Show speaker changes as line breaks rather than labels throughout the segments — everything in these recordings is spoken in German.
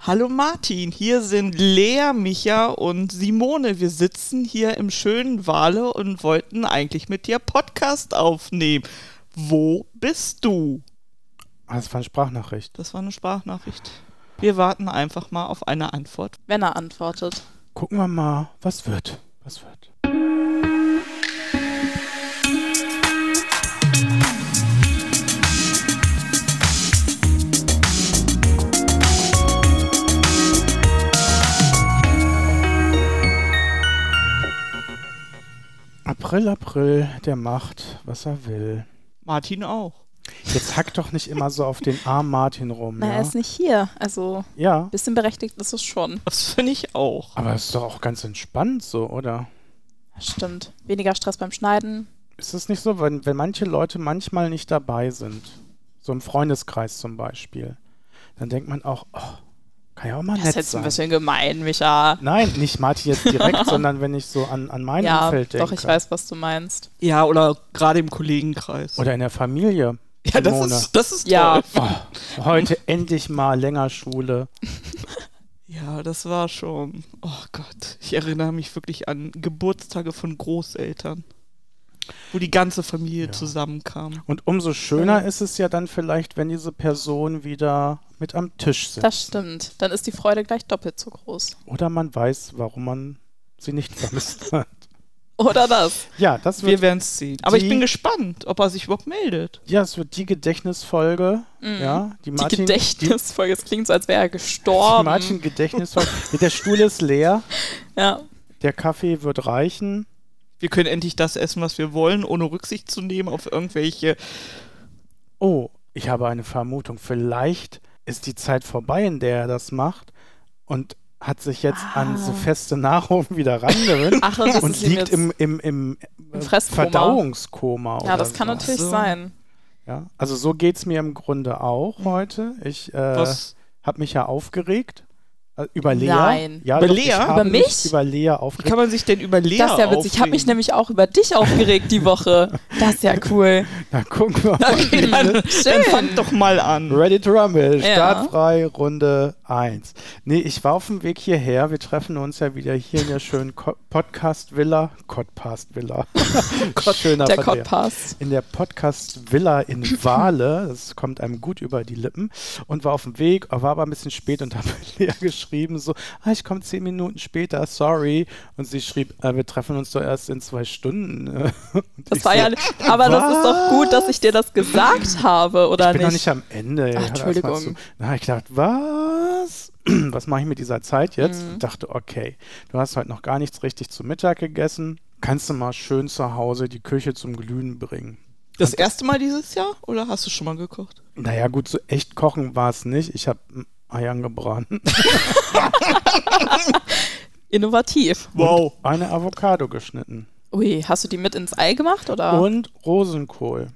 Hallo Martin, hier sind Lea, Micha und Simone. Wir sitzen hier im schönen Wale und wollten eigentlich mit dir Podcast aufnehmen. Wo bist du?
Ah, Das war eine Sprachnachricht.
Das war eine Sprachnachricht. Wir warten einfach mal auf eine Antwort.
wenn er antwortet.
Gucken wir mal, was wird. Was wird. April, April, der macht, was er will.
Martin auch.
Jetzt hack doch nicht immer so auf den Arm Martin rum.
Na, er
Ja,
ist nicht hier. Also,
ja
ein bisschen berechtigt ist es schon.
Das finde ich auch.
aber ist doch auch ganz entspannt so, oder?
Stimmt. Weniger Stress beim Schneiden.
Ist es nicht so, wenn, wenn manche Leute manchmal nicht dabei sind, so im Freundeskreis zum Beispiel, dann denkt man auch, oh, kann ja auch mal
Das ist
nett
jetzt
sein.
ein bisschen gemein, Micha.
Nein, nicht Martin jetzt direkt, sondern wenn ich so an, an mein
ja,
Umfeld denke.
doch, ich weiß, was du meinst.
Ja, oder gerade im Kollegenkreis.
Oder in der Familie.
ja, das
Simone.
ist, das ist
Ja,
toll.
Oh, heute endlich mal länger Schule.
Ja, das war schon. Oh Gott, ich erinnere mich wirklich an Geburtstage von Großeltern, wo die ganze Familie
Ja.
zusammenkam.
Und umso schöner ist es ja dann vielleicht, wenn diese Person wieder mit am Tisch sitzt.
das stimmt. Dann ist die Freude gleich doppelt so groß.
Oder man weiß, warum man sie nicht vermisst hat.
Oder das.
Ja, das wird
Wir werden es sehen. Aber ich
die-
bin gespannt, ob er sich überhaupt meldet.
Ja, es wird die Gedächtnisfolge, ja, die
Mhm. Die
Martin,
Gedächtnisfolge. Es klingt so, als wäre er
die
gestorben.
Martin Gedächtnisfolge. der Stuhl ist leer,
Ja.
der Kaffee wird reichen.
Wir können endlich das essen, was wir wollen, ohne Rücksicht zu nehmen auf irgendwelche.
Oh, ich habe eine Vermutung. Vielleicht ist die Zeit vorbei, in der er das macht und hat sich jetzt an so feste Nahrung wieder rangewöhnt
Ach, und Ah. das
und
ist ihm
liegt
jetzt
im, im, im, äh,
Fresskoma.
Verdauungskoma.
Ja,
oder
das kann
so.
natürlich
so.
sein.
Ja, also so geht es mir im Grunde
Mhm.
auch heute. Ich äh,
Was?
habe mich ja aufgeregt. äh, Über Lea.
Nein.
Ja,
Über
doch,
Lea?
Ich habe
Über mich?
Über Lea
Wie
aufgeregt.
kann man sich denn über Lea
das ist ja witzig. Ich habe mich
aufregen?
nämlich auch über dich aufgeregt die Woche. Das ist ja cool.
Na, gucken wir mal.
Okay, dann, dann
Schön.
fang doch mal an.
Ready to Rumble,
Ja.
startfrei, Runde 1. Nee, ich war auf dem Weg hierher. Wir treffen uns ja wieder hier in der schönen Co Podcast Villa. Podcast Villa. Schöner
Der
Verkehr.
Cod passt.
in der Podcast Villa in Wale. Das kommt einem gut über die Lippen. Und war auf dem Weg, war aber ein bisschen spät und habe Lea geschrieben, so, ah, ich komme zehn Minuten später, sorry. Und sie schrieb, äh, wir treffen uns doch erst in zwei Stunden. Und
Das
ich
war
so,
ja, aber das ist doch gut, dass ich dir das gesagt habe, oder
ich bin noch
nicht?
nicht am Ende.
Ach,
Ja, das
Entschuldigung.
machst du. Da habe ich gedacht, was? Was mache ich mit dieser Zeit jetzt?
Mhm.
Dachte, okay, du hast heute noch gar nichts richtig zu Mittag gegessen. Kannst du mal schön zu Hause die Küche zum Glühen bringen?
Das erste Mal dieses Jahr oder hast du schon mal gekocht?
Naja, gut, so echt kochen war es nicht. Ich habe Eiern gebraten.
Innovativ.
Wow.
Und eine Avocado geschnitten.
Ui, hast du die mit ins Ei gemacht, oder?
Und Rosenkohl.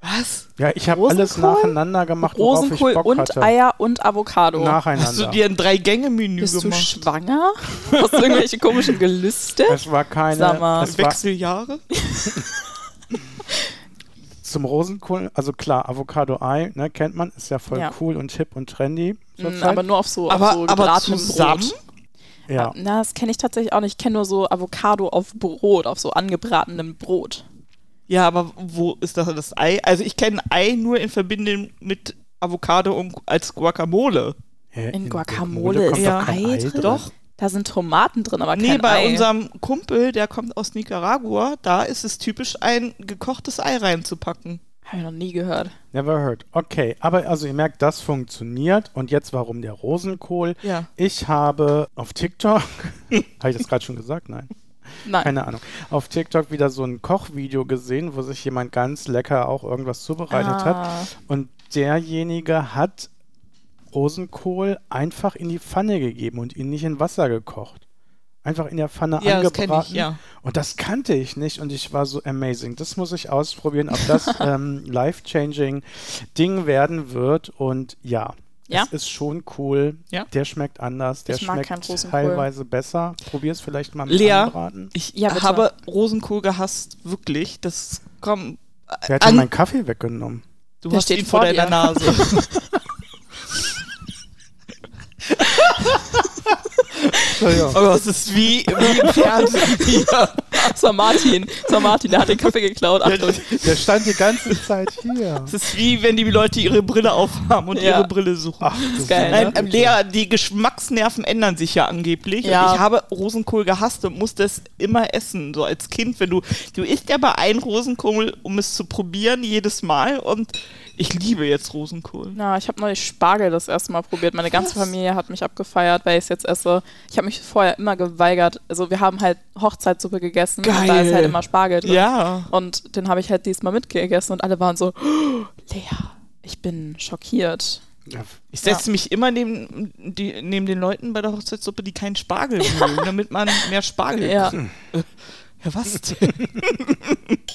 Was?
Ja, ich habe alles
Rosenkohl?
nacheinander gemacht, worauf
Rosenkohl
ich Bock
und
hatte.
Eier und Avocado.
Nacheinander.
Hast du dir ein Drei-Gänge-Menü
Bist du
gemacht?
schwanger? Hast du irgendwelche komischen Gelüste?
es war keine,
Sag mal.
es war
Wechseljahre?
zum Rosenkohl, also klar, Avocado-Ei, ne, kennt man, ist ja voll
Ja.
cool und hip und trendy.
Mm,
zurzeit.
aber nur auf so, auf so
Aber, aber
gebratenem
zusammen?
Brot.
ja.
Na, das kenne ich tatsächlich auch nicht. Ich kenne nur so Avocado auf Brot, auf so angebratenem Brot.
Ja, aber wo ist das, das Ei? Also ich kenne Ei nur in Verbindung mit Avocado und als Guacamole.
Hä,
In
Äh,
Guacamole
kommt
ist
doch
ja
kein
Ei
Ei
drin.
drin.
Doch.
Da sind Tomaten drin, aber
Nee,
kein
bei
Ei.
unserem Kumpel, der kommt aus Nicaragua, da ist es typisch, ein gekochtes Ei reinzupacken.
Habe ich noch nie gehört.
Never heard. Okay, aber also ihr merkt, das funktioniert. Und jetzt warum der Rosenkohl?
Ja.
Ich habe auf TikTok, habe ich das gerade schon gesagt? Nein.
Nein.
Keine Ahnung. Auf TikTok wieder so ein Kochvideo gesehen, wo sich jemand ganz lecker auch irgendwas zubereitet
Ah.
hat. Und derjenige hat Rosenkohl einfach in die Pfanne gegeben und ihn nicht in Wasser gekocht. Einfach in der Pfanne
Ja, das kenn
angebraten.
ich, ja.
Und das kannte ich nicht und ich war so amazing. Das muss ich ausprobieren, ob das ähm, life-changing Ding werden wird. Und ja,
Ja?
es ist schon cool.
Ja.
Der schschmeckt anders, der
Ich mag keinen
schmeckt
Rosenkohl.
teilweise besser. Probier es vielleicht mal mit
Lea?
Anbraten.
Ich
Ja, bitte.
habe Rosenkohl gehasst, wirklich. Das komm.
Wer hat
An-
denn meinen Kaffee weggenommen?
Du
Der
hast
steht
ihn vor
vor
deiner
dir.
Nase.
Entschuldigung.
Oh, das ist wie, wie im Fernsehen hier.
Sir Martin, Sir Martin, der hat den Kaffee geklaut. Achtung.
Der stand die ganze Zeit hier.
Das ist wie, wenn die Leute ihre Brille aufhaben und
Ja.
ihre Brille suchen.
Ach, das ist
geil,
ja
ne?
Nein, ähm, Lea, die Geschmacksnerven ändern sich ja angeblich.
Ja.
Und ich habe Rosenkohl gehasst und musste es immer essen. So als Kind, wenn du, du isst ja bei einem Rosenkohl, um es zu probieren, jedes Mal. Und ich liebe jetzt Rosenkohl.
Na, ich habe neulich Spargel das erste Mal probiert. Meine ganze
Was?
Familie hat mich abgefeiert, weil ich es jetzt esse. Ich habe mich vorher immer geweigert. Also wir haben halt Hochzeitssuppe gegessen und da
Geil.
ist halt immer Spargel drin.
Ja.
Und den habe ich halt diesmal mitgegessen und alle waren so, "Oh, Lea, ich bin schockiert.
Ja,
Ich setze mich immer neben, die, neben den Leuten bei der Hochzeitssuppe, die keinen Spargel mögen, damit man mehr Spargel
Ja.
kriegt. Ja, was denn?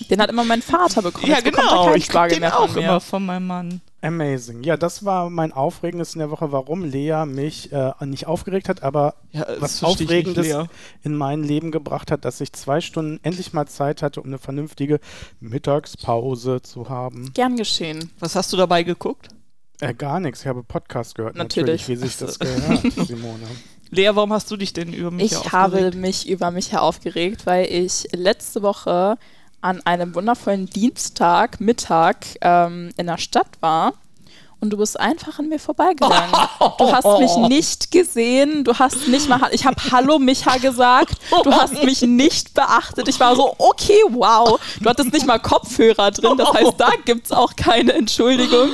Den hat immer mein Vater bekommen.
ja,
Jetzt bekommt er
genau.
keinen
Ich krieg
Spargel
den
mehr von
auch
mir.
immer von meinem Mann.
Amazing. Ja, das war mein Aufregendes in der Woche, warum Lea mich äh, nicht aufgeregt hat, aber
Ja, das
was
verstehe ich nicht,
Aufregendes
Lea.
in mein Leben gebracht hat, dass ich zwei Stunden endlich mal Zeit hatte, um eine vernünftige Mittagspause zu haben.
Gern geschehen.
Was hast du dabei geguckt?
Äh, gar nichts, ich habe Podcast gehört.
Natürlich.
Natürlich, wie sich das gehört, Simone.
Lea, warum hast du dich denn über mich
ich habe
aufgeregt?
mich über mich her aufgeregt, weil ich letzte Woche an einem wundervollen Dienstag, Mittag ähm, in der Stadt war und du bist einfach an mir vorbeigegangen. Du hast mich nicht gesehen, du hast nicht mal, ich habe Hallo Micha gesagt, du hast mich nicht beachtet. Ich war so, okay, wow. Du hattest nicht mal Kopfhörer drin, das heißt, da gibt es auch keine Entschuldigung.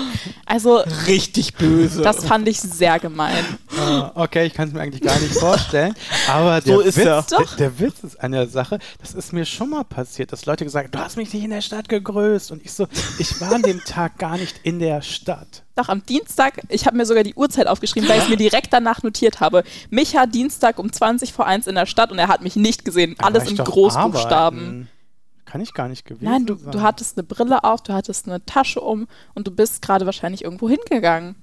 Also,
richtig böse.
das fand ich sehr gemein.
Äh, okay, ich kann es mir eigentlich gar nicht vorstellen. Aber der,
So ist
Witz,
er.
Der, der Witz ist an der Sache, das ist mir schon mal passiert, dass Leute gesagt haben, du hast mich nicht in der Stadt gegrüßt. Und ich so, ich war an dem Tag gar nicht in der Stadt.
Doch, am Dienstag, ich habe mir sogar die Uhrzeit aufgeschrieben, weil ich es mir direkt danach notiert habe. Micha Dienstag um 20 vor 1 in der Stadt und er hat mich nicht gesehen.
Da
Alles
war ich
in
doch
Großbuchstaben.
arbeiten. Kann ich gar nicht gewesen
Nein, du,
sein.
du hattest eine Brille auf, du hattest eine Tasche um und du bist gerade wahrscheinlich irgendwo hingegangen.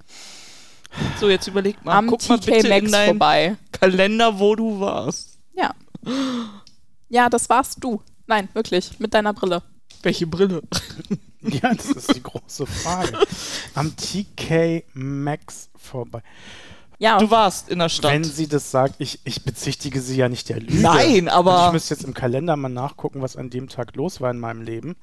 so, jetzt überleg mal.
am
Guck mal
TK
bitte in
Maxx
deinen
vorbei.
Kalender, wo du warst.
Ja. Ja, das warst du. Nein, wirklich, mit deiner Brille.
Welche Brille?
Ja, das ist die große Frage. Am TK Maxx vorbei.
Ja,
Du warst in der Stadt.
Wenn sie das sagt, ich, ich bezichtige sie ja nicht der Lüge.
Nein, aber-
Und ich müsste jetzt im Kalender mal nachgucken, was an dem Tag los war in meinem Leben.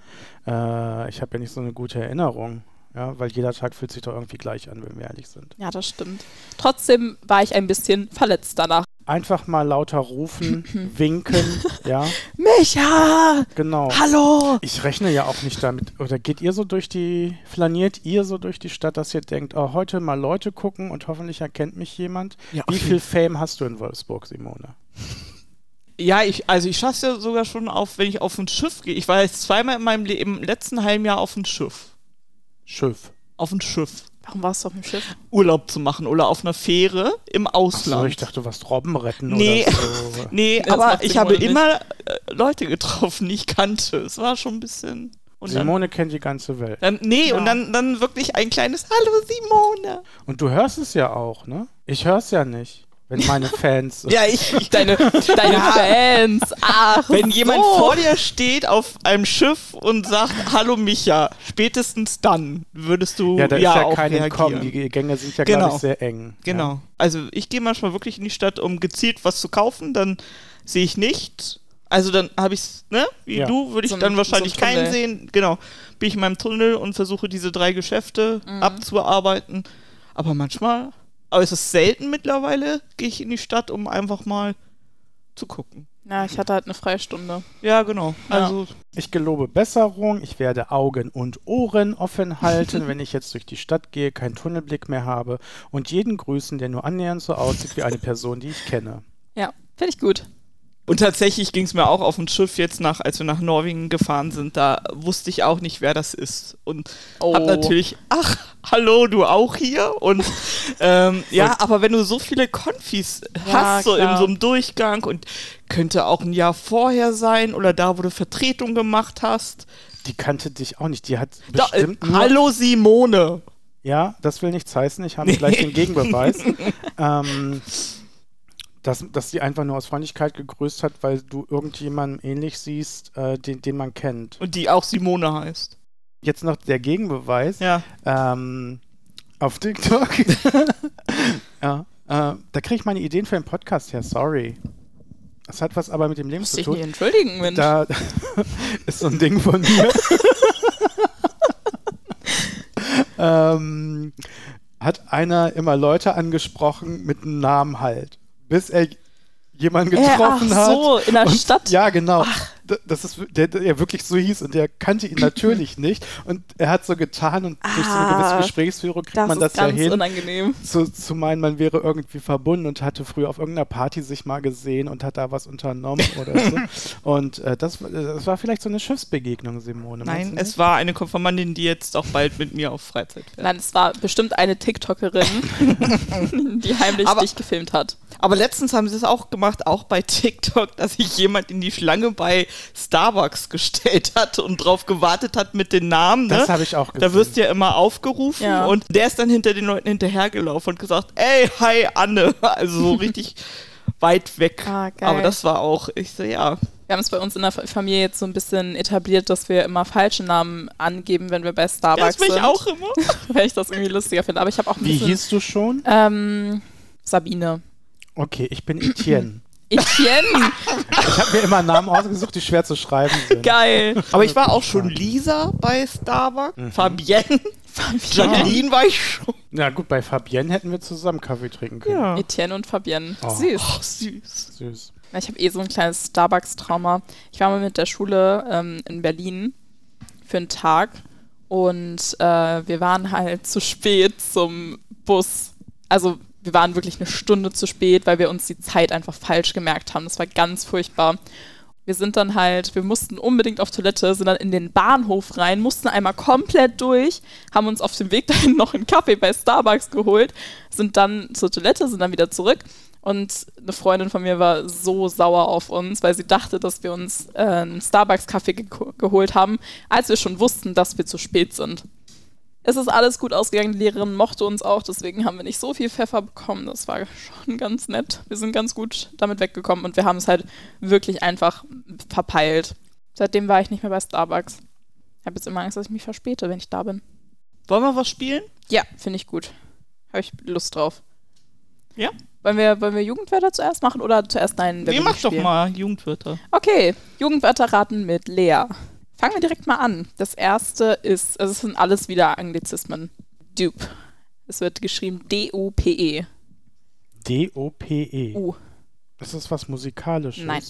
Äh, ich habe ja nicht so eine gute Erinnerung. Ja, weil jeder Tag fühlt sich doch irgendwie gleich an, wenn wir ehrlich sind.
ja, das stimmt. Trotzdem war ich ein bisschen verletzt danach.
Einfach mal lauter rufen, winken, ja,
Micha!
genau.
Hallo!
Ich rechne ja auch nicht damit. Oder geht ihr so durch die, flaniert ihr so durch die Stadt, dass ihr denkt, oh, heute mal Leute gucken und hoffentlich erkennt mich jemand?
Ja,
Wie
auf
viel Fame hast du in Wolfsburg, Simone?
Ja, ich, also ich schaff's ja sogar schon auf, wenn ich auf ein Schiff gehe. Ich war jetzt zweimal in meinem Le im letzten halben Jahr auf ein Schiff.
Schiff.
Auf ein Schiff.
Warum warst du auf dem Schiff?
Urlaub zu machen oder auf einer Fähre im Ausland.
So, ich dachte, du warst Robben retten
Nee.
oder so.
Nee,
Das macht
aber ich habe
Simone nicht.
immer äh, Leute getroffen, die ich kannte. Es war schon ein bisschen. Und dann,
Simone kennt die ganze Welt.
dann, nee,
Ja.
und dann, dann wirklich ein kleines Hallo Simone.
Und du hörst es ja auch, ne? Ich hör's ja nicht, wenn meine Fans.
Ja, ich,
Deine, deine Fans. Ach,
wenn jemand
so.
vor dir steht auf einem Schiff und sagt Hallo Micha, spätestens dann würdest du
ja,
ja,
da ist ja
auch
kein Entkommen.
reagieren.
Die Gänge sind ja,
Genau.
glaube ich, sehr eng.
Genau.
Ja.
Also ich gehe manchmal wirklich in die Stadt, um gezielt was zu kaufen, dann sehe ich nichts. Also dann habe ich es, ne? Wie
Ja.
du, würde ich
So ein-
dann wahrscheinlich
so ein Tunnel.
keinen sehen. Genau. Bin ich in meinem Tunnel und versuche diese drei Geschäfte
Mhm.
abzuarbeiten. Aber manchmal, aber es ist selten mittlerweile, gehe ich in die Stadt, um einfach mal zu gucken.
Na, ich hatte halt eine Freistunde.
Ja, genau.
Ja.
Also
Ich gelobe Besserung. Ich werde Augen und Ohren offen halten, wenn ich jetzt durch die Stadt gehe, keinen Tunnelblick mehr habe und jeden grüßen, der nur annähernd so aussieht wie eine Person, die ich kenne.
Ja, finde ich gut.
Und tatsächlich ging es mir auch auf dem Schiff jetzt nach, als wir nach Norwegen gefahren sind, da wusste ich auch nicht, wer das ist. Und
Oh.
hab natürlich, ach, hallo, du auch hier? Und ähm, ja, aber wenn du so viele Konfis
Ja,
hast, so in
klar.
so einem Durchgang und könnte auch ein Jahr vorher sein oder da, wo du Vertretung gemacht hast.
Die kannte dich auch nicht. Die hat
Da, äh,
bestimmt nur
hallo Simone.
Ja, das will nichts heißen. Ich habe gleich den Gegenbeweis. ähm, dass, dass sie einfach nur aus Freundlichkeit gegrüßt hat, weil du irgendjemandem ähnlich siehst, äh, den, den man kennt.
Und die auch Simone heißt.
Jetzt noch der Gegenbeweis
Ja.
ähm, auf TikTok. ja, Äh, da kriege ich meine Ideen für einen Podcast her, sorry. Das hat was aber mit dem Leben
Muss
zu
ich
tun.
nicht entschuldigen, Mensch.
Da ist so ein Ding von mir. ähm, hat einer immer Leute angesprochen mit einem Namen halt, bis er jemanden
Äh,
getroffen
ach
hat.
so, in der
und,
Stadt?
Ja, genau. D- Das ist, der, der wirklich so hieß und der kannte ihn natürlich nicht. Und er hat so getan und durch so eine gewisse
Ah,
Gesprächsführung kriegt
das
man
ist
das ja
ganz
hin
unangenehm.
zu, zu meinen, man wäre irgendwie verbunden und hatte früher auf irgendeiner Party sich mal gesehen und hat da was unternommen oder so. Und äh, das, das war vielleicht so eine Schiffsbegegnung, Simone.
Nein,
meinst
es war eine Konfirmandin, die jetzt auch bald mit mir auf Freizeit fährt.
Nein, es war bestimmt eine TikTokerin, die heimlich
Aber-
dich gefilmt hat.
Aber letztens haben sie es auch gemacht, auch bei TikTok, dass sich jemand in die Schlange bei Starbucks gestellt hat und drauf gewartet hat mit den Namen. Ne?
Das habe ich auch
Da
gesehen.
wirst du ja immer aufgerufen
Ja.
und der ist dann hinter den Leuten hinterhergelaufen und gesagt, ey, hi Anne. Also so richtig weit weg.
Ah, geil.
Aber das war auch, ich so, ja,
Wir haben es bei uns in der Fa- Familie jetzt so ein bisschen etabliert, dass wir immer falsche Namen angeben, wenn wir bei
das
Starbucks
bin ich
sind.
auch immer.
Weil ich das irgendwie lustiger finde. Aber ich habe auch ein
Wie
bisschen
hieß du schon?
ähm, Sabine.
Okay, ich bin Etienne.
Etienne,
Ich habe mir immer Namen ausgesucht, die schwer zu schreiben sind.
geil.
Aber ich war auch schon Lisa bei Starbucks, Mhm. Fabienne, Jacqueline war ich schon.
Na gut, bei Fabienne hätten wir zusammen Kaffee trinken können.
Etienne und Fabienne.
Oh.
Süß.
Oh, süß.
Süß.
Ja, Ich habe eh so ein kleines Starbucks-Trauma. Ich war mal mit der Schule ähm, in Berlin für einen Tag und äh, wir waren halt zu spät zum Bus. Also wir waren wirklich eine Stunde zu spät, weil wir uns die Zeit einfach falsch gemerkt haben. Das war ganz furchtbar. Wir sind dann halt, wir mussten unbedingt auf Toilette, sind dann in den Bahnhof rein, mussten einmal komplett durch, haben uns auf dem Weg dahin noch einen Kaffee bei Starbucks geholt, sind dann zur Toilette, sind dann wieder zurück. Und eine Freundin von mir war so sauer auf uns, weil sie dachte, dass wir uns äh, einen Starbucks-Kaffee ge geholt haben, als wir schon wussten, dass wir zu spät sind. Es ist alles gut ausgegangen, die Lehrerin mochte uns auch, deswegen haben wir nicht so viel Pfeffer bekommen. Das war schon ganz nett. Wir sind ganz gut damit weggekommen und wir haben es halt wirklich einfach verpeilt. Seitdem war ich nicht mehr bei Starbucks. Ich habe jetzt immer Angst, dass ich mich verspäte, wenn ich da bin.
Wollen wir was spielen?
Ja, finde ich gut. Habe ich Lust drauf.
Ja.
Wollen wir, wollen wir Jugendwörter zuerst machen oder zuerst deinen
Nee, mach doch
Spiel?
mal Jugendwörter.
Okay, Jugendwörter raten mit Lea. Fangen wir direkt mal an. Das erste ist, also es sind alles wieder Anglizismen. Dupe. Es wird geschrieben D-U-P-E.
D-O-P-E.
E. U.
E. Ist das was Musikalisches?
Oh. Nein.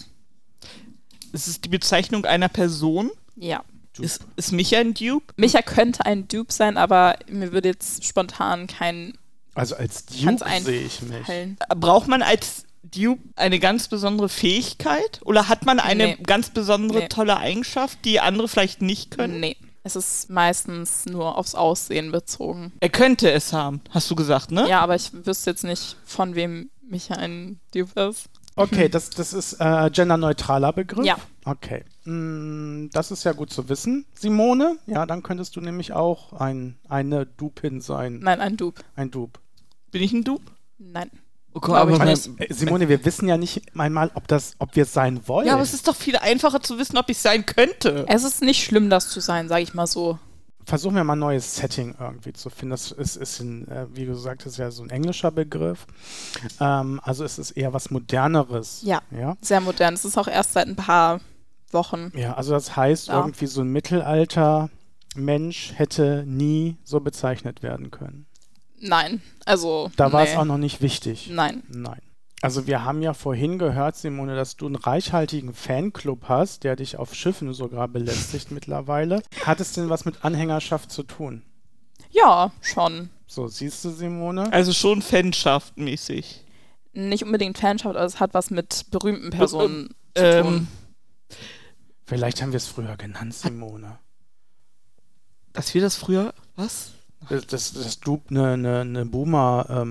Es ist die Bezeichnung einer Person.
Ja.
Du-
Ist, ist Micha ein Dupe?
Micha könnte ein Dupe sein, aber mir würde jetzt spontan kein
Also als
Kann's
Duke sehe ich mich.
fallen.
Braucht man als Dupe eine ganz besondere Fähigkeit? Oder hat man eine
Nee.
ganz besondere
Nee.
tolle Eigenschaft, die andere vielleicht nicht können?
Nee. Es ist meistens nur aufs Aussehen bezogen.
Er könnte es haben, hast du gesagt, ne?
Ja, aber ich wüsste jetzt nicht, von wem Micha ein Dupe ist.
Okay, das, das ist äh, genderneutraler Begriff.
Ja.
Okay. Mm, das ist ja gut zu wissen, Simone. Ja, dann könntest du nämlich auch ein, eine Dupin sein.
Nein, ein Dupe.
Ein Dupe.
Bin ich ein Dupe?
Nein.
Okay,
Glaub ich
Meine,
nicht.
äh, Simone, wir wissen ja nicht einmal, ob, das, ob wir es sein wollen.
ja, aber es ist doch viel einfacher zu wissen, ob ich sein könnte.
Es ist nicht schlimm, das zu sein, sage ich mal so.
Versuchen wir mal ein neues Setting irgendwie zu finden. Das ist, ist ein, äh, wie du gesagt hast, ja so ein englischer Begriff. Ähm, also es ist eher was Moderneres.
Ja.
Ja.
Sehr modern. Es ist auch erst seit ein paar Wochen.
Ja, also das heißt,
Ja.
irgendwie so ein Mittelalter-Mensch hätte nie so bezeichnet werden können.
Nein. Also.
Da war
nee.
es auch noch nicht wichtig.
Nein.
Nein. Also wir haben ja vorhin gehört, Simone, dass du einen reichhaltigen Fanclub hast, der dich auf Schiffen sogar belästigt mittlerweile. Hat es denn was mit Anhängerschaft zu tun?
Ja, schon.
So, siehst du, Simone?
Also schon Fanschaftmäßig.
Nicht unbedingt Fanschaft, aber es hat was mit berühmten Personen zu
Ähm,
tun.
Vielleicht haben wir es früher genannt, Simone.
dass wir das früher. Was?
Dass das, das du eine, eine, eine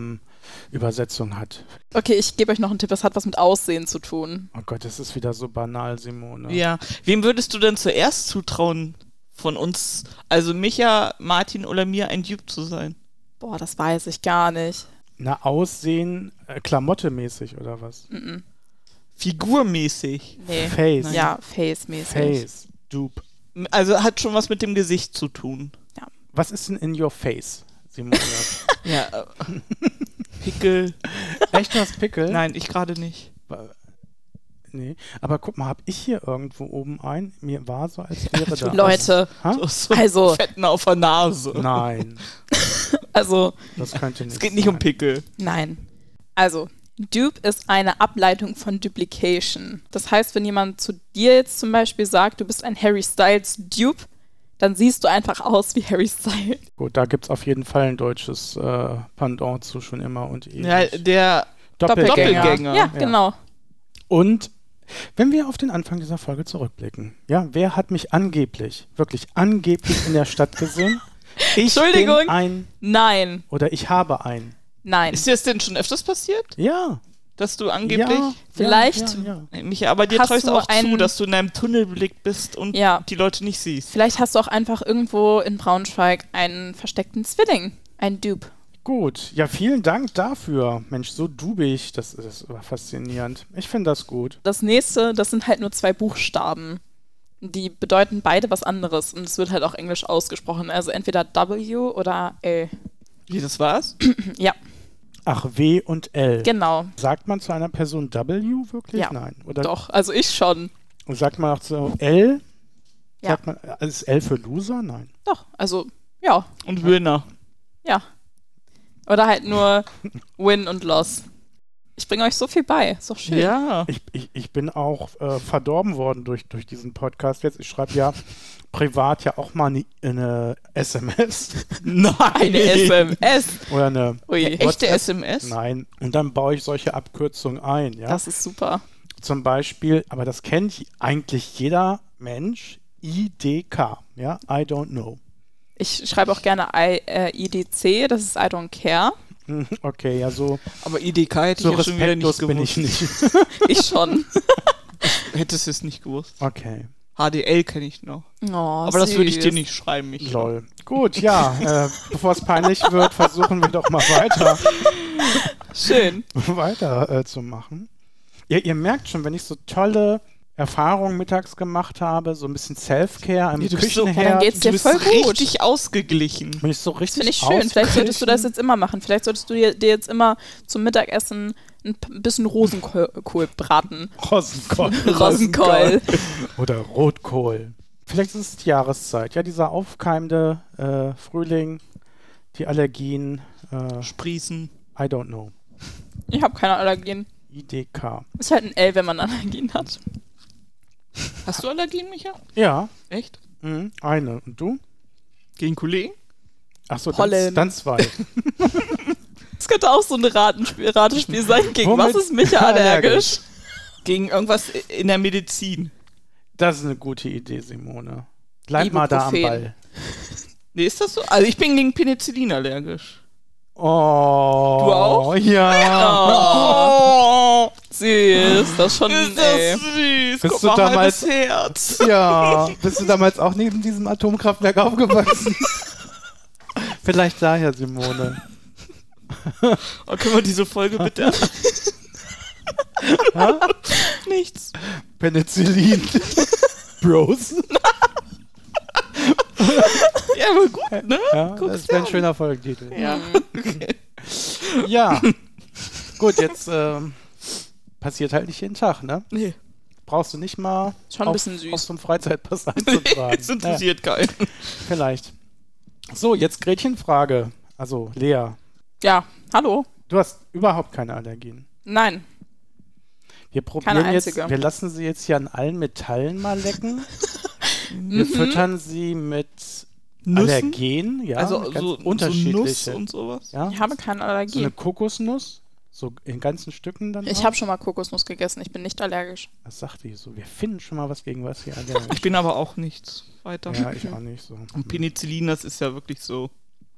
Boomer-Übersetzung hat.
Okay, ich gebe euch noch einen Tipp. Es hat was mit Aussehen zu tun.
Oh Gott, das ist wieder so banal, Simone.
Ja. Wem würdest du denn zuerst zutrauen, von uns, also Micha, Martin oder mir, ein Dupe zu sein?
Boah, das weiß ich gar nicht.
Na, Aussehen, äh, Klamottemäßig oder was?
Figurmäßig.
Nee.
Face.
Ja, Face-mäßig.
Face. Dupe.
Also hat schon was mit dem Gesicht zu tun.
Was ist denn in your face, Simone?
Ja. äh, Pickel.
Echt das Pickel?
Nein, ich gerade nicht.
Nee. Aber guck mal, hab ich hier irgendwo oben ein? Mir war so, als wäre da.
Leute,
Ha?
So, so
Also-
Fetten auf der Nase.
Nein,
also
das könnte nicht.
Es geht nicht um
sein.
Pickel.
Nein. Also, dupe ist eine Ableitung von Duplication. Das heißt, wenn jemand zu dir jetzt zum Beispiel sagt, du bist ein Harry Styles Dupe, dann siehst du einfach aus wie Harry Styles.
Gut, da gibt es auf jeden Fall ein deutsches äh, Pendant zu schon immer und ewig.
Ja, der.
Doppelgänger.
Doppelgänger.
Ja, genau.
Und wenn wir auf den Anfang dieser Folge zurückblicken, ja, wer hat mich angeblich, wirklich angeblich in der Stadt gesehen? Ich bin
Entschuldigung.
ein
Nein,
oder ich habe einen.
nein.
Ist dir das denn schon öfters passiert?
Ja.
Dass du
ja,
angeblich.
Vielleicht-
Ja, ja,
Micha, aber dir
Hast
traust
du
auch zu,
einen-
dass du in einem Tunnelblick bist und
Ja.
die Leute nicht siehst.
Vielleicht hast du auch einfach irgendwo in Braunschweig einen versteckten Zwilling, einen Dupe.
Gut. Ja, vielen Dank dafür. Mensch, so dubig. Das, das war faszinierend. Ich finde das gut.
Das nächste, das sind halt nur zwei Buchstaben. Die bedeuten beide was anderes und es wird halt auch Englisch ausgesprochen. Also entweder W oder L.
Wie, das war's?
Ja,
Ach, W und L.
genau.
Sagt man zu einer Person W wirklich?
Ja.
Nein. Oder
Doch, also ich schon.
Und sagt man auch zu L?
Ja.
Sagt man, also ist L für Loser? Nein.
Doch, also ja,
Und Winner.
ja. Oder halt nur Win und Loss. Ich bringe euch so viel bei. Ist doch schön.
Ja.
Ich, ich, ich bin auch äh, verdorben worden durch, durch diesen Podcast jetzt. Ich schreibe ja privat ja auch mal eine, eine SMS
Nein.
Eine SMS.
oder eine.
Ui,
Echte
WhatsApp?
SMS?
Nein. Und dann baue ich solche Abkürzungen ein. Ja?
das ist super.
Zum Beispiel, aber das kennt eigentlich jeder Mensch. IDK. Ja, I don't know.
Ich schreibe auch gerne I, äh, IDC, das ist I don't care.
Hm, Okay, ja, so,
Aber IDK hätte
so
ich ja schon wieder nicht
respektlos
gewusst.
bin ich nicht.
Ich schon.
Hättest du es nicht gewusst.
Okay.
HDL kenne ich noch.
Oh,
Aber das würde ich dir
süß.
nicht schreiben, Micha.
Lol. Gut, ja. Äh, Bevor es peinlich wird, versuchen wir doch mal weiter,
Schön.
weiter äh, zu machen. Ihr, ihr merkt schon, wenn ich so tolle Erfahrungen mittags gemacht habe, so ein bisschen Self-Care im
Nee, du bist so-
Küchenherd,
Ja, dann geht's
Du
dir
bist
voll gut.
richtig ausgeglichen.
bin ich so
Das
richtig
finde ich schön. Vielleicht solltest du das
ausgeglichen.
jetzt immer machen. Vielleicht solltest du dir, dir jetzt immer zum Mittagessen ein p- bisschen Rosenkohl braten.
Rosenkohl.
Rosenkohl.
Oder Rotkohl. Vielleicht ist es die Jahreszeit, ja, dieser aufkeimende äh, Frühling, die Allergien, äh,
Sprießen.
I don't know.
Ich habe keine Allergien.
IDK.
Ist halt ein L, wenn man Allergien hat.
Hast du Allergien, Micha?
Ja,
Echt?
mhm, eine. Und du?
Gegen Kollegen?
Achso, dann,
Pollen.
dann zwei.
Es könnte auch so ein Ratenspiel, Ratespiel sein. Gegen
Womit-
was ist Micha allergisch?
Gegen irgendwas in der Medizin.
Das ist eine gute Idee, Simone. Bleib mal da am
Ibuprofen.
Ball.
Nee, ist das so? Also ich bin gegen Penicillin allergisch.
Oh.
Du auch?
Ja.
Oh,
Süß, das ist schon
ist
ey.
das süß.
Bist
Guck
du
mal,
damals-
halbes Herz.
Ja. Bist du damals auch neben diesem Atomkraftwerk aufgewachsen? Vielleicht daher, Simone.
Oh, können wir diese Folge bitte?
Ja?
Nichts.
Penicillin. Bros.
Ja, aber gut, ne?
Ja,
Guck's
das wäre ein
dir
schöner Folgetitel.
Ja.
Ja. Gut, jetzt ähm, passiert halt nicht jeden Tag, ne?
Nee,
Brauchst du nicht mal
Schon ein
auf,
bisschen süß.
auf so einen Freizeitpass einzutragen.
das interessiert keinen.
Ja, vielleicht. So, jetzt Gretchenfrage. Also, Lea.
Ja, hallo?
Du hast überhaupt keine Allergien.
Nein.
Wir probieren jetzt,
einzige.
wir lassen sie jetzt hier an allen Metallen mal lecken. wir füttern sie mit
Mhm. Nüssen?
Allergen, ja,
Also
mit
so, so Nuss
unterschiedliche.
und sowas.
ja,
Ich habe keine
so
Allergie.
eine Kokosnuss, so in ganzen Stücken dann.
Ich
auch.
habe schon mal Kokosnuss gegessen. Ich bin nicht allergisch.
Was sagt die so? Wir finden schon mal was gegen was hier allergisch.
Ich bin aber auch nichts weiter.
ja, ich auch nicht so.
Und Penicillin, das ist ja wirklich so.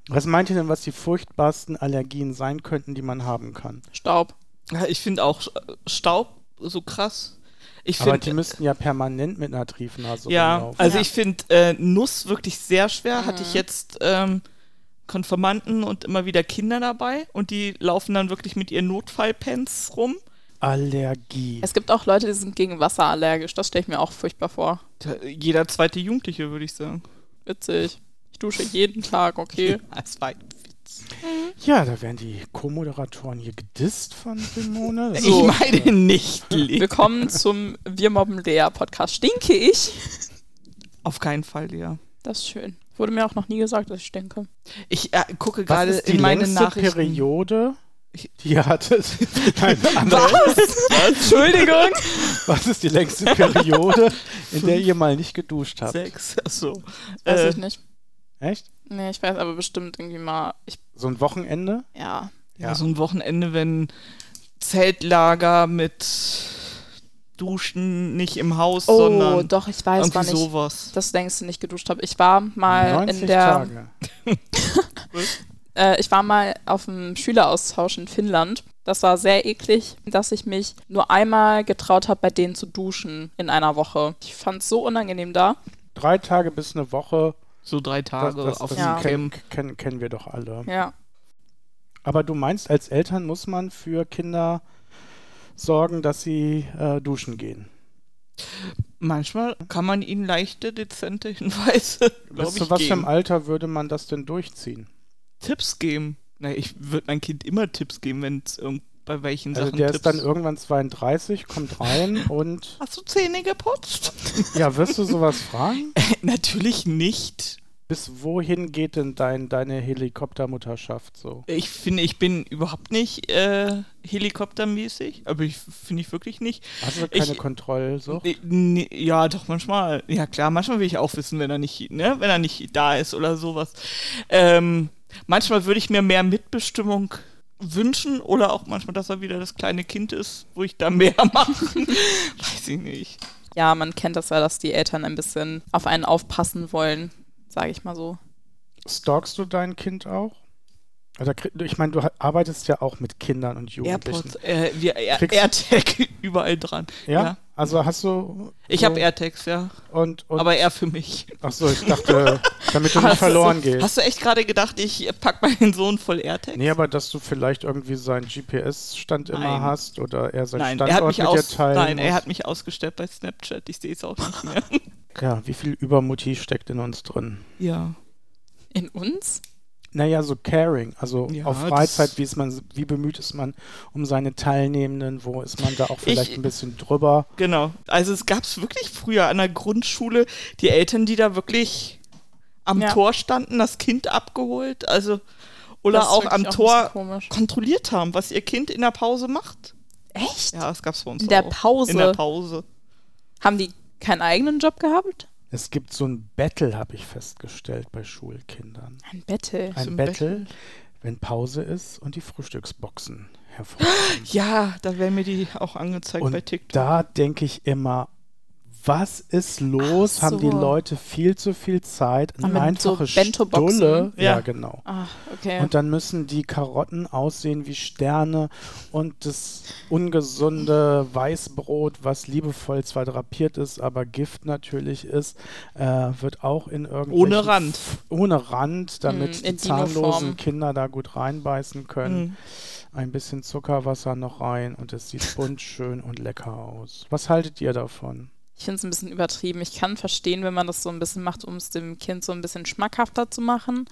Was meint ihr denn, was die furchtbarsten Allergien sein könnten, die man haben kann?
Staub.
Ja, ich finde auch äh, Staub so krass. Ich
Aber die genau
finde,
müssten ja permanent mit einer Triefnase
ja, Mhm.
rumlaufen.
also
Ja.
ich finde äh, Nuss wirklich sehr schwer. Hatte ich jetzt ähm, Konfirmanden und immer wieder Kinder dabei und die laufen dann wirklich mit ihren Notfallpants rum.
Allergie.
Es gibt auch Leute, die sind gegen Wasser allergisch. Das stelle ich mir auch furchtbar vor.
Da, jeder zweite Jugendliche, würde ich sagen.
Witzig. Ich dusche jeden Tag, okay?
Das war ein Witz.
nichts.
Ja, da werden die Co-Moderatoren hier gedisst von Simone. Das
So.
ist-
Ich meine nicht. Lee.
Willkommen zum Wir mobben Lea Podcast. Stinke ich?
Auf keinen Fall, Lea.
Das ist schön. Wurde mir auch noch nie gesagt, dass ich stinke.
Ich äh, gucke
Was
gerade
ist die
in meine
längste
Nachrichten.
Periode,
Ich-
die ihr hattet? Nein, andere,
Was? Entschuldigung.
was ist die längste Periode, in der ihr mal nicht geduscht habt?
Sechs, achso.
Weiß
Äh,
ich nicht.
Echt?
Nee, ich weiß aber bestimmt irgendwie mal. Ich,
So ein Wochenende?
ja.
ja. So ein Wochenende, wenn Zeltlager mit Duschen nicht im Haus,
Oh,
sondern
doch, ich weiß,
irgendwie
wann ich
sowas.
das längste nicht geduscht habe. Ich war mal in
90
der.
Tage.
Äh, ich war mal auf einem Schüleraustausch in Finnland. Das war sehr eklig, dass ich mich nur einmal getraut habe, bei denen zu duschen in einer Woche. Ich fand es so unangenehm da.
Drei Tage bis eine Woche.
So drei
Das,
Tage
das,
auf
das
dem
Ja.
kennen,
Camp.
kennen, kennen wir doch alle.
Ja.
Aber du meinst, als Eltern muss man für Kinder sorgen, dass sie äh, duschen gehen.
Manchmal kann man ihnen leichte, dezente Hinweise, glaube
Bis
ich,
zu was für
geben.
einem Alter würde man das denn durchziehen?
Tipps geben. Na, ich würde mein Kind immer Tipps geben, wenn es bei welchen
Also
Sachen
der
Tipps.
ist dann irgendwann 32, kommt rein und
Hast du Zähne geputzt?
ja, wirst du sowas fragen?
Natürlich nicht.
Bis wohin geht denn dein, deine Helikoptermutterschaft so?
Ich finde, ich bin überhaupt nicht äh, helikoptermäßig, aber ich finde ich wirklich nicht.
Hast du keine
Ich-
Kontrollsucht?
Nee, nee, ja, doch manchmal. Ja klar, manchmal will ich auch wissen, wenn er nicht, ne, wenn er nicht da ist oder sowas. Ähm, manchmal würde ich mir mehr Mitbestimmung wünschen oder auch manchmal, dass er wieder das kleine Kind ist, wo ich da mehr mache. Weiß ich nicht.
Ja, man kennt das ja, dass die Eltern ein bisschen auf einen aufpassen wollen, sage ich mal so.
Stalkst du dein Kind auch? Oder krie- ich meine, du ha- arbeitest ja auch mit Kindern und Jugendlichen.
AirPods, äh, wir, Air,
Kriegst-
AirTag überall dran.
Ja?
ja.
Also hast du.
Ich
so-
habe AirTags, ja,
Und, und
aber eher für mich.
achso, ich dachte, damit du nicht
Hast du-
verloren gehst.
Hast du echt gerade gedacht, ich pack meinen Sohn voll AirTags?
Nee, aber dass du vielleicht irgendwie seinen GPS-Stand immer
Nein.
hast oder er seinen
nein, er hat
Standort
mich
mit dir
aus
teilen
Nein,
muss.
er hat mich ausgestellt bei Snapchat. Ich sehe es auch nicht mehr.
Ja, wie viel Übermutti steckt in uns drin?
ja.
In uns?
Naja, so caring, also
Ja,
auf
das-
Freizeit, wie, ist man, wie bemüht ist man um seine Teilnehmenden, wo ist man da auch vielleicht
Ich-
ein bisschen drüber?
Genau. Also es gab es wirklich früher an der Grundschule die Eltern, die da wirklich am
Ja.
Tor standen, das Kind abgeholt, also oder
Das ist
auch am
wirklich auch ein bisschen
Tor
komisch.
kontrolliert haben, was ihr Kind in der Pause macht.
Echt?
Ja, das gab's bei uns
In der
auch.
Pause?
In der Pause.
Haben die keinen eigenen Job gehabt?
Es gibt so ein Battle, habe ich festgestellt bei Schulkindern.
Ein Battle.
Ein
ein
Battle, wenn Pause ist und die Frühstücksboxen hervorkommen.
Ja, da werden mir die auch angezeigt bei
Und
TikTok.
da denke ich immer, was ist los?
Ach
Haben die
so.
Leute viel zu viel Zeit?
Ah,
Eine
mit so
einfache
Bento-Boxen.
Stulle. Ja.
Ja.
genau.
Ah, okay.
Und dann müssen die Karotten aussehen wie Sterne und das ungesunde Weißbrot, was liebevoll zwar drapiert ist, aber Gift natürlich ist, äh, wird auch in irgendwelchen...
Ohne Rand.
Ohne Rand, damit
Mm, in
die
Mm.
zahnlosen
Dino-Form.
Kinder da gut reinbeißen können.
Mhm.
Ein bisschen Zuckerwasser noch rein und es sieht bunt, schön und lecker aus. Was haltet ihr davon?
Ich finde es ein bisschen übertrieben. Ich kann verstehen, wenn man das so ein bisschen macht, um es dem Kind so ein bisschen schmackhafter zu machen.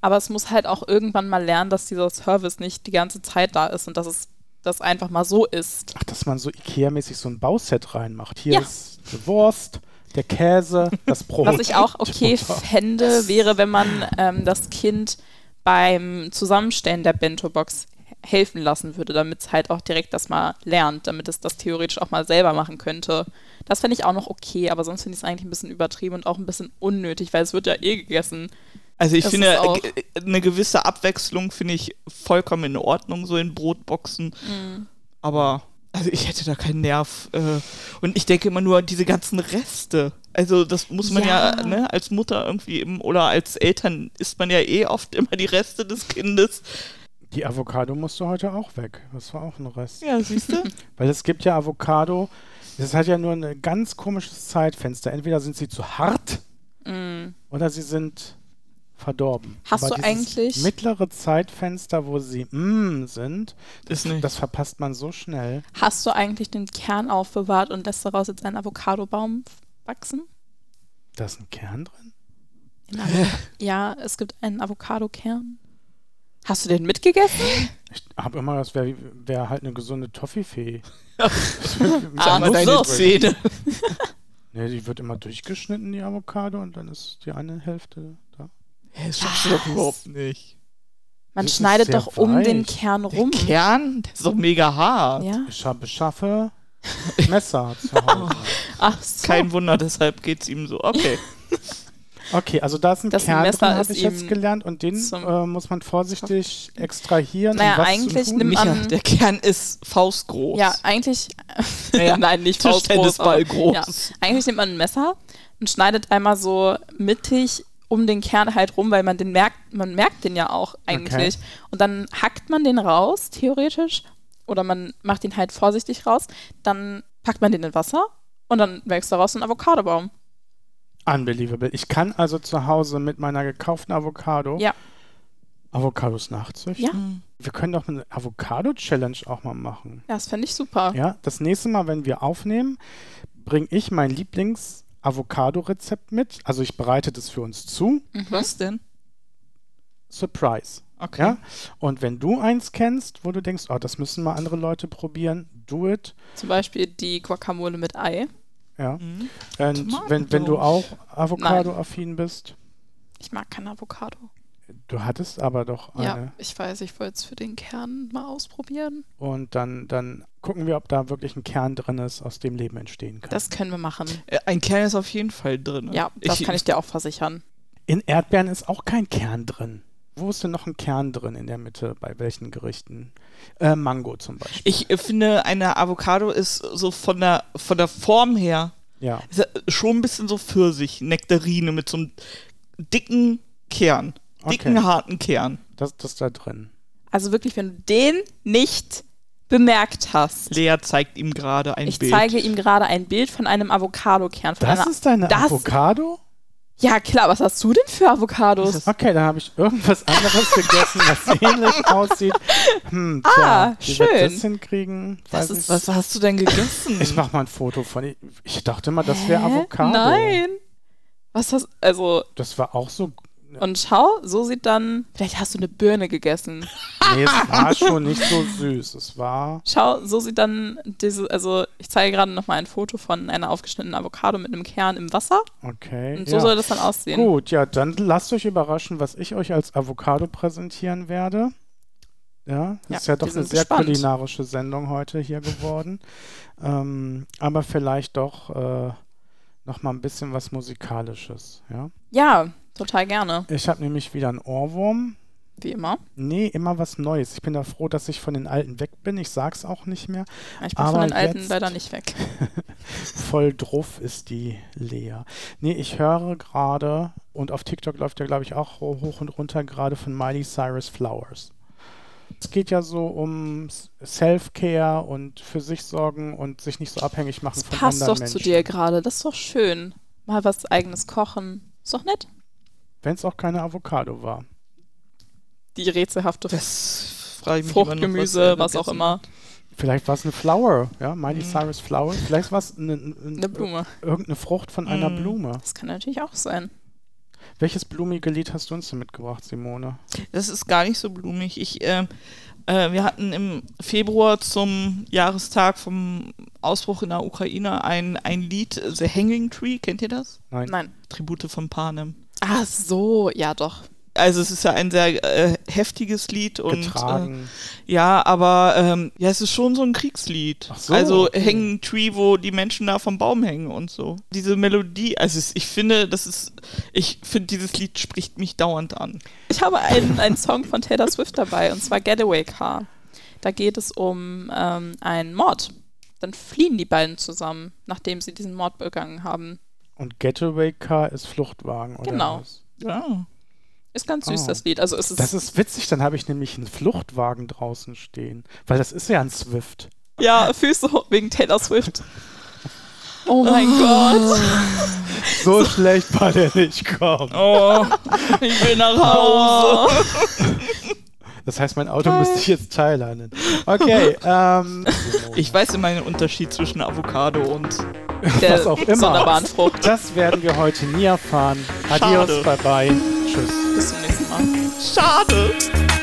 Aber es muss halt auch irgendwann mal lernen, dass dieser Service nicht die ganze Zeit da ist und dass es das einfach mal so ist.
Ach, dass man so Ikea-mäßig so ein Bauset reinmacht. Hier
Ja.
ist die Wurst, der Käse, das Brot.
Was ich auch
die
okay
Butter.
fände, wäre, wenn man ähm, das Kind beim Zusammenstellen der Bento-Box helfen lassen würde, damit es halt auch direkt das mal lernt, damit es das theoretisch auch mal selber machen könnte. Das fände ich auch noch okay, aber sonst finde ich es eigentlich ein bisschen übertrieben und auch ein bisschen unnötig, weil es wird ja eh gegessen.
Also ich
Das
finde,
ist auch-
äh, eine gewisse Abwechslung finde ich vollkommen in Ordnung, so in Brotboxen.
Mhm.
Aber also ich hätte da keinen Nerv. Äh, und ich denke immer nur an diese ganzen Reste. Also das muss man ja,
Ja.
ne, als Mutter irgendwie im, oder als Eltern isst man ja eh oft immer die Reste des Kindes.
Die Avocado musste heute auch weg. Das war auch ein Rest.
Ja, siehst du?
Weil es gibt ja Avocado, das hat ja nur ein ganz komisches Zeitfenster. Entweder sind sie zu hart oder sie sind verdorben.
Mm. Hast
Aber
du
dieses
eigentlich-
mittlere Zeitfenster, wo sie mm sind,
Ist nicht.
das verpasst man so schnell.
Hast du eigentlich den Kern aufbewahrt und lässt daraus jetzt einen Avocadobaum wachsen?
Da ist ein Kern drin.
Ja, es gibt einen Avocado-Kern. Hast du den mitgegessen?
Ich habe immer, das wäre wär halt eine gesunde Toffifee.
Sag mal deine
Ah, so.
Zähne.
Ne, die wird immer durchgeschnitten, die Avocado, und dann ist die eine Hälfte da.
Hä, Das schaffst du doch überhaupt nicht.
Man
Das ist
schneidet
sehr
doch um den
weich.
Kern
Der
rum.
Kern, der ist doch mega hart.
Ja.
Ich habe schaffe Messer zu Hause.
Ach so.
Kein Wunder, deshalb geht's ihm so. Okay.
Okay, also da ist ein
Das
Kern
Messer
drin,
ist
habe ich jetzt
ihm
gelernt, und den
zum-
äh, muss man vorsichtig extrahieren.
Naja,
um was
eigentlich
zu tun?
nimmt-
Micha,
an-
der Kern ist faustgroß.
Ja, eigentlich.
Naja,
Nein, nicht faustgroß.
Tischtennisball
aber-
groß.
Ja. Eigentlich nimmt man ein Messer und schneidet einmal so mittig um den Kern halt rum, weil man den merkt, man merkt den ja auch eigentlich. Und dann hackt man den raus, theoretisch, oder man macht ihn halt vorsichtig raus, dann packt man den in Wasser und dann wächst daraus ein Avocadobaum.
Unbelievable. Ich kann also zu Hause mit meiner gekauften Avocado
Ja.
Avocados nachzüchten.
Ja.
Wir können doch eine Avocado-Challenge auch mal machen.
Das fände ich super.
Ja, das nächste Mal, wenn wir aufnehmen, bringe ich mein Lieblings-Avocado-Rezept mit. Also ich bereite das für uns zu.
Was denn?
Surprise.
Okay.
Ja? Und wenn du eins kennst, wo du denkst, oh, das müssen mal andere Leute probieren, do it.
Zum Beispiel die Guacamole mit Ei.
Ja.
Mhm.
Und wenn, wenn du auch Avocado-affin bist,
Ich mag kein Avocado.
du hattest aber doch eine.
Ja, ich weiß, ich wollte es für den Kern mal ausprobieren.
Und dann, dann gucken wir, ob da wirklich ein Kern drin ist, aus dem Leben entstehen kann.
Das können wir machen.
Äh, Ein Kern ist auf jeden Fall drin.
Ja, das kann ich dir auch versichern.
in Erdbeeren ist auch kein Kern drin. Wo ist denn noch ein Kern drin in der Mitte? Bei welchen Gerichten? Äh, Mango zum Beispiel.
Ich äh, finde, eine Avocado ist so von der, von der Form her
ja.
ist ja äh, schon ein bisschen so Pfirsich, Nektarine mit so einem dicken Kern. Dicken,
Okay.
harten Kern.
Das, das ist da drin.
Also wirklich, wenn du den nicht bemerkt hast.
Lea zeigt ihm gerade ein
Ich
Bild.
zeige ihm gerade ein Bild von einem Avocadokern. Von
Das
einer
ist deine
das-
Avocado?
ja, klar, was hast du denn für Avocados?
Okay, dann habe ich irgendwas anderes gegessen, was ähnlich aussieht. Hm, tja,
Ah,
wie wir
schön.
das hinkriegen? Weiß
was, ist,
nicht.
was hast du denn gegessen?
Ich mache mal ein Foto von. i- Ich dachte mal, das wäre
Mhm. Hä?
Avocado.
Nein. Was hast also
Das war auch so.
und schau, so sieht dann vielleicht hast du eine Birne gegessen.
Nee, es war schon nicht so süß. Es war.
Schau, so sieht dann diese also ich zeige gerade noch mal ein Foto von einer aufgeschnittenen Avocado mit einem Kern im Wasser
Okay.
und so
ja.
soll das dann aussehen.
Gut, ja, dann lasst euch überraschen, was ich euch als Avocado präsentieren werde. Ja, das
Ja,
ist ja doch
wir
eine
sind
sehr
gespannt.
kulinarische Sendung heute hier geworden. ähm, aber vielleicht doch äh, noch mal ein bisschen was Musikalisches. Ja,
Ja, total gerne,
ich habe nämlich wieder einen Ohrwurm.
wie immer.
Nee, immer was Neues. Ich bin da froh, dass ich von den Alten weg bin. Ich sag's auch nicht mehr.
Ich bin
Aber
von den alten
jetzt-
leider nicht weg.
Voll druff ist die Lea. Nee, ich höre gerade, und auf TikTok läuft ja, glaube ich, auch ho- hoch und runter gerade von Miley Cyrus Flowers. Es geht ja so um S- Self-Care und für sich sorgen und sich nicht so abhängig machen
Das
von
passt
anderen
doch
Menschen.
zu dir gerade. Das ist doch schön. Mal was eigenes kochen. Ist doch nett.
Wenn es auch keine Avocado war.
Die rätselhafte
das frage ich mich immer noch,
Fruchtgemüse,
er
was, auch
gegessen
immer.
Vielleicht war es eine Flower, ja, Miley Cyrus Flower. Vielleicht war es eine,
Mhm. Eine Blume. Mhm.
irgendeine Frucht von einer
Mm.
Blume.
Das kann natürlich auch sein.
Welches blumige Lied hast du uns denn mitgebracht, Simone?
Das ist gar nicht so blumig. Ich, ähm, äh, wir hatten im Februar zum Jahrestag vom Ausbruch in der Ukraine ein, ein Lied, äh, The Hanging Tree, kennt ihr das?
Nein.
Nein.
Tribute von Panem.
Ah, so. Ja, doch.
Also es ist ja ein sehr äh, heftiges Lied und äh,
Getragen.
ja, aber ähm, ja, es ist schon so ein Kriegslied.
Ach so.
Also Hanging Tree, wo die Menschen da vom Baum hängen und so. Diese Melodie, also es, ich finde, das ist, ich finde, dieses Lied spricht mich dauernd an.
Ich habe einen, einen Song von Taylor Swift dabei, und zwar Getaway Car. Da geht es um ähm, einen Mord. Dann fliehen die beiden zusammen, nachdem sie diesen Mord begangen haben.
Und Getaway Car ist Fluchtwagen, oder?
Genau.
was?
Ja.
Ist ganz süß,
Oh.
das Lied. Also es ist,
Das ist witzig, dann habe ich nämlich einen Fluchtwagen draußen stehen. Weil das ist ja ein Swift.
ja, fühlst du wegen Taylor Swift. Oh mein Gott.
So schlecht war der nicht, komm.
Oh, ich will nach
Oh.
Hause.
Oh.
Das heißt, mein Auto müsste ich jetzt teilhaben. Okay, ähm.
Ich weiß immer den Unterschied zwischen Avocado und
der
Was auch immer.
sonderbaren Frucht.
das werden wir heute nie erfahren. Adios,
Schade.
bye bye. Tschüss.
Bis zum nächsten Mal.
Schade.